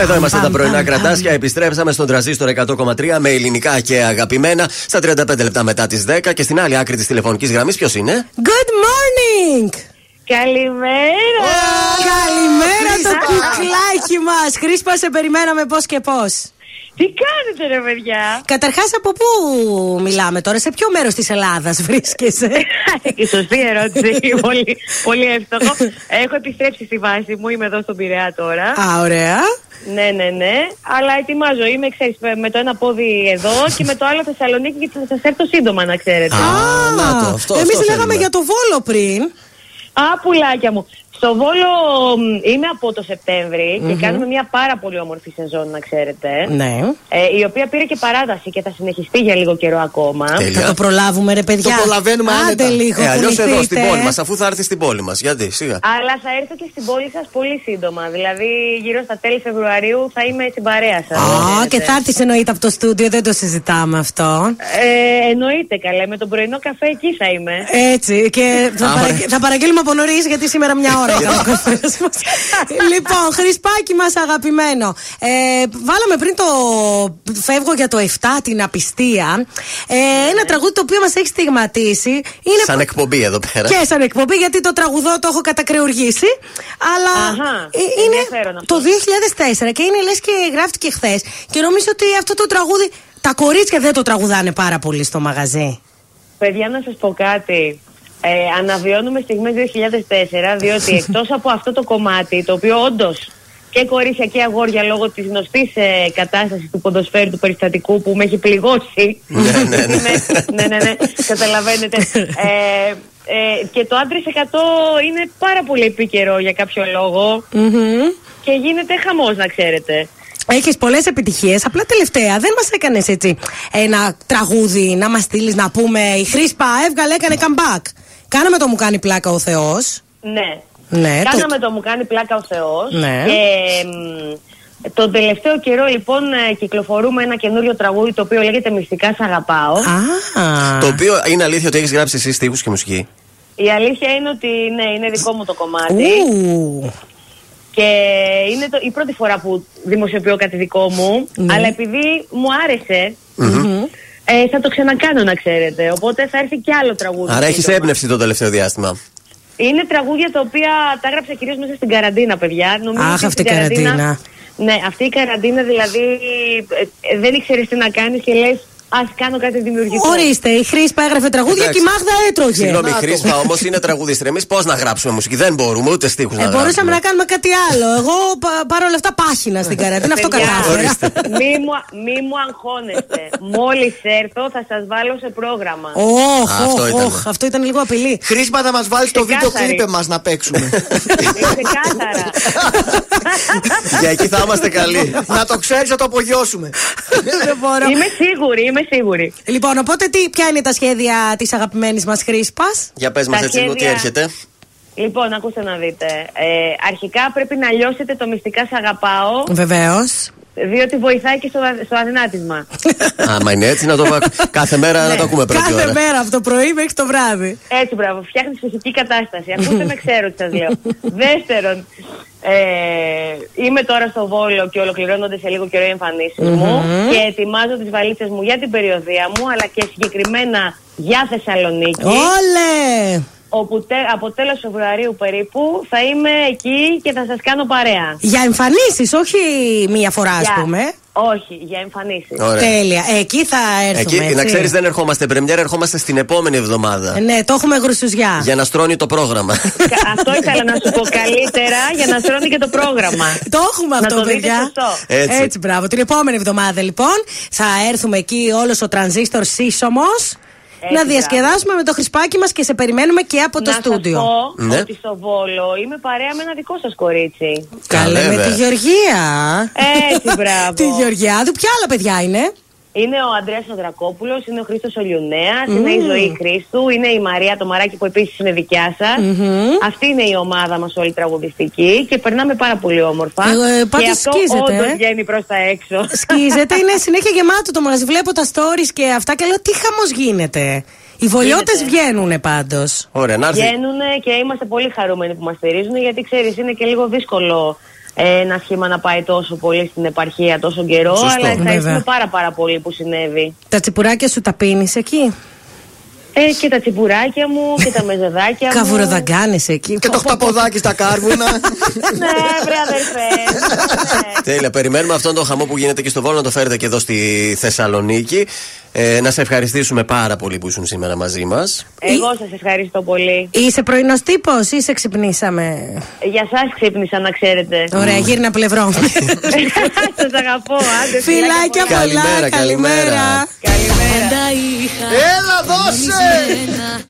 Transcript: Εδώ είμαστε τα πρωινά κρατάσια. Επιστρέψαμε στον τραζίστορ 100,3 με ελληνικά και αγαπημένα στα 35 λεπτά μετά τις 10. Και στην άλλη άκρη της τηλεφωνικής γραμμής, ποιος είναι. Good morning! Καλημέρα! Καλημέρα το κυκλάκι μας! Χρήσπα, σε περιμέναμε πώς και πώς. Τι κάνετε ρε παιδιά! Καταρχάς, από πού μιλάμε τώρα, σε ποιο μέρος της Ελλάδας βρίσκεσαι. Η σωστή ερώτηση, πολύ, πολύ εύστοχο. Έχω επιστρέψει στη βάση μου, είμαι εδώ στον Πειραιά τώρα. Α, ωραία. Ναι, ναι, ναι. Αλλά ετοιμάζω. Είμαι, ξέρεις, με το ένα πόδι εδώ και με το άλλο Θεσσαλονίκη και θα σα έρθω σύντομα, να ξέρετε. Α, να το, αυτό, Εμείς αυτό λέγαμε θέλουμε. για το βόλο πριν. Α, πουλάκια μου. Στο Βόλο μ, είμαι από το σεπτεμβρη και κάνουμε μια πάρα πολύ όμορφη σεζόν, να ξέρετε. Ναι. Ε, η οποία πήρε και παράταση και θα συνεχιστεί για λίγο καιρό ακόμα. Θα το προλάβουμε, ρε παιδιά. Το προλαβαίνουμε Άντε άνετα. λίγο. Ε, αλλιώς εδώ στην κουνηθείτε. πόλη μας, αφού θα έρθει στην πόλη μας. Γιατί, σιγά. Αλλά θα έρθω και στην πόλη σας πολύ σύντομα. Δηλαδή, γύρω στα τέλη Φεβρουαρίου θα είμαι στην παρέα σας. Α, και θα έρθεις εννοείται από το στούντιο, δεν το συζητάμε αυτό. Ε, εννοείται καλά. Με τον πρωινό καφέ εκεί θα είμαι. Έτσι. Και θα, παραγγε- θα παραγγείλουμε από νωρίς γιατί σήμερα μια ώρα ήταν ο καφές μας. λοιπόν, χρυσπάκι μας αγαπημένο. Ε, βάλαμε πριν το φεύγω για το 7 την απιστία. Ε, Ναι. ένα τραγούδι το οποίο μας έχει στιγματίσει. Είναι Σαν εκπομπή εδώ πέρα. και σαν εκπομπή γιατί το τραγουδό το έχω κατακρεουργήσει. Αλλά Αχα, ε, είναι ενδιαφέρον αυτό. το 2004 και είναι λες και γράφτηκε χθες. Και νομίζω ότι αυτό το τραγούδι τα κορίτσια δεν το τραγουδάνε πάρα πολύ στο μαγαζί. Παιδιά, να σας πω κάτι. Ε, αναβιώνουμε στιγμές 2004, διότι εκτός από αυτό το κομμάτι, το οποίο όντως και κορίτσια και αγόρια λόγω της γνωστής ε, κατάστασης του ποντοσφαίρου του περιστατικού που με έχει πληγώσει. Ναι, ναι, ναι. Είμαι- ναι, ναι, ναι, καταλαβαίνετε. Ε, ε, και το άντρες 100 είναι πάρα πολύ επίκαιρο για κάποιο λόγο και γίνεται χαμός να ξέρετε. Έχεις πολλές επιτυχίες. Απλά τελευταία δεν μας έκανες έτσι ένα τραγούδι να μας στείλεις να πούμε η Χρήσπα έβγαλε, έκανε comeback. Κάναμε το μου κάνει πλάκα ο Θεός. Ναι. Ναι, το- Κάναμε το... μου κάνει πλάκα ο Θεός Ναι. Και μ, τον τελευταίο καιρό λοιπόν ε, κυκλοφορούμε ένα καινούριο τραγούδι το οποίο λέγεται Μυστικά Σ' αγαπάω Α, Το οποίο είναι αλήθεια ότι έχεις γράψει εσύ στίχους και μουσική. Η αλήθεια είναι ότι ναι είναι δικό μου το κομμάτι Ου. Και είναι το, η πρώτη φορά που δημοσιοποιώ κάτι δικό μου Ναι. Αλλά επειδή μου άρεσε ε, θα το ξανακάνω να ξέρετε Οπότε θα έρθει και άλλο τραγούδι Άρα έχεις σύντομα. έμπνευση το τελευταίο διάστημα. Είναι τραγούδια τα οποία τα έγραψα κυρίως μέσα στην καραντίνα, παιδιά. Νομίζω Αχ, ότι αυτή η στην καραντίνα. Ναι, αυτή η καραντίνα δηλαδή ε, ε, δεν ήξερες τι να κάνεις και λες, ας κάνω κάτι δημιουργικό. Ορίστε, η Χρήσπα έγραφε τραγούδια και η Εντάξει. Μάγδα έτρωγε. Συγγνώμη, Χρήσπα όμως είναι τραγουδίστρια. Εμείς πώς να γράψουμε μουσική. Δεν μπορούμε ούτε στίχους να Ε, γράψουμε. μπορούσαμε να κάνουμε κάτι άλλο. Εγώ πα- παρόλα αυτά πάχυνα στην καραντίνα. αυτό Παιδιά, κατάφερα. ορίστε. μη, μου, μη μου αγχώνεστε. Μόλις έρθω θα σας βάλω σε πρόγραμμα. Οχ, Αυτό οχ, ήταν. οχ, αυτό ήταν λίγο απειλή. Χρήσπα θα μας βάλεις το βίντεο Ξεκάθαρη. κλίπε μας να παίξουμε. Ξεκάθαρα. Για εκεί θα είμαστε καλοί. να το ξέρεις, θα το απογειώσουμε. Δεν μπορώ. είμαι σίγουρη, είμαι σίγουρη. Λοιπόν, οπότε τι, ποια είναι τα σχέδια της αγαπημένης μας Χρήσπας Για πες μας Τα έτσι λίγο τι σχέδια. έρχεται. Λοιπόν, ακούστε να δείτε. Ε, αρχικά πρέπει να λιώσετε το μυστικά σ' αγαπάω, Βεβαίως. διότι βοηθάει και στο, στο αδυνάτισμα. Άμα είναι έτσι, να το βα- κάθε μέρα να το ακούμε πρώτη Ναι. Κάθε ώρα. μέρα από το πρωί μέχρι το βράδυ. Έτσι, μπράβο. Φτιάχνει φυσική κατάσταση. Ακούστε με, ξέρω τι σας λέω. Δεύτερον, ε, είμαι τώρα στο Βόλο και ολοκληρώνονται σε λίγο καιρό οι εμφανίσεις μου και ετοιμάζω τις βαλίτσες μου για την περιοδία μου, αλλά και συγκεκριμένα για Ε. Θεσσαλονίκη. Όλε! Όπου τε, από τέλος Φεβρουαρίου περίπου θα είμαι εκεί και θα σας κάνω παρέα. Για εμφανίσεις, όχι μία φορά, ας Για- πούμε. Όχι, για εμφανίσεις. Ωραία. Τέλεια. Ε, Εκεί θα έρθουμε. Εκεί, να έτσι. ξέρεις, δεν ερχόμαστε πρεμιέρα, ερχόμαστε στην επόμενη εβδομάδα. Ναι, το έχουμε γρουσουζιά. Για να στρώνει το πρόγραμμα. Αυτό ήθελα να σου πω καλύτερα για να στρώνει και το πρόγραμμα. Το έχουμε Να αυτό, το δείτε παιδιά. σωστό. Έτσι. μπράβο. Την επόμενη εβδομάδα, λοιπόν, θα έρθουμε εκεί όλος ο τρανζίστορ σύσσωμος. Έτσι, Να διασκεδάσουμε με το χρυσπάκι μας και σε περιμένουμε και από το να στούντιο. Σας πω Ναι. ότι στο Βόλο είμαι παρέα με ένα δικό σας κορίτσι. Καλέ με Βέβαια. τη Γεωργία. Έτσι, μπράβο. τη Γεωργιάδου, ποια άλλα παιδιά είναι. Είναι ο Ανδρέας Ανδρακόπουλος, είναι ο Χρήστος Ολιουνέας, είναι η Ζωή Χρήστου, είναι η Μαρία το Μαράκι που επίσης είναι δικιά σας. Αυτή είναι η ομάδα μας όλη τραγουδιστική και περνάμε πάρα πολύ όμορφα. Εγώ, ε, πάντως και αυτό σκίζεται, όντως ε. βγαίνει προς τα έξω. Σκίζεται, είναι συνέχεια γεμάτο το μαγαζί. Βλέπω τα stories και αυτά και λέω τι χαμός γίνεται. Οι βολιώτε βγαίνουν πάντως. Ωραία, να έρθει. Βγαίνουν και είμαστε πολύ χαρούμενοι που μας στηρίζουν γιατί ξέρεις είναι και λίγο δύσκολο ε, ένα σχήμα να πάει τόσο πολύ στην επαρχία τόσο καιρό. Σωστό. Αλλά ευχαριστούμε Βέβαια. πάρα, πάρα πολύ που συνέβη. Τα τσιπουράκια σου τα πίνεις εκεί. Ε, και τα τσιμπουράκια μου και τα μεζεδάκια μου. Καβουροδαγκάνε εκεί. Και το χταποδάκι στα κάρβουνα. Ναι, βρε αδερφέ. Ναι. Τέλεια. Περιμένουμε αυτόν τον χαμό που γίνεται και στο Βόλο να το φέρετε και εδώ στη Θεσσαλονίκη. Ε, να σε ευχαριστήσουμε πάρα πολύ που ήσουν σήμερα μαζί μας. Εγώ σας ευχαριστώ πολύ. Είσαι πρωινός τύπος ή σε ξυπνήσαμε. Για σας ξύπνησα να ξέρετε. Ωραία, γύρνα πλευρό. σας αγαπώ. Άντε, Φιλάκια πολλά. πολλά. Καλημέρα, καλημέρα. Καλημέρα. Πάντα είχα Έλα, δώσε! μένα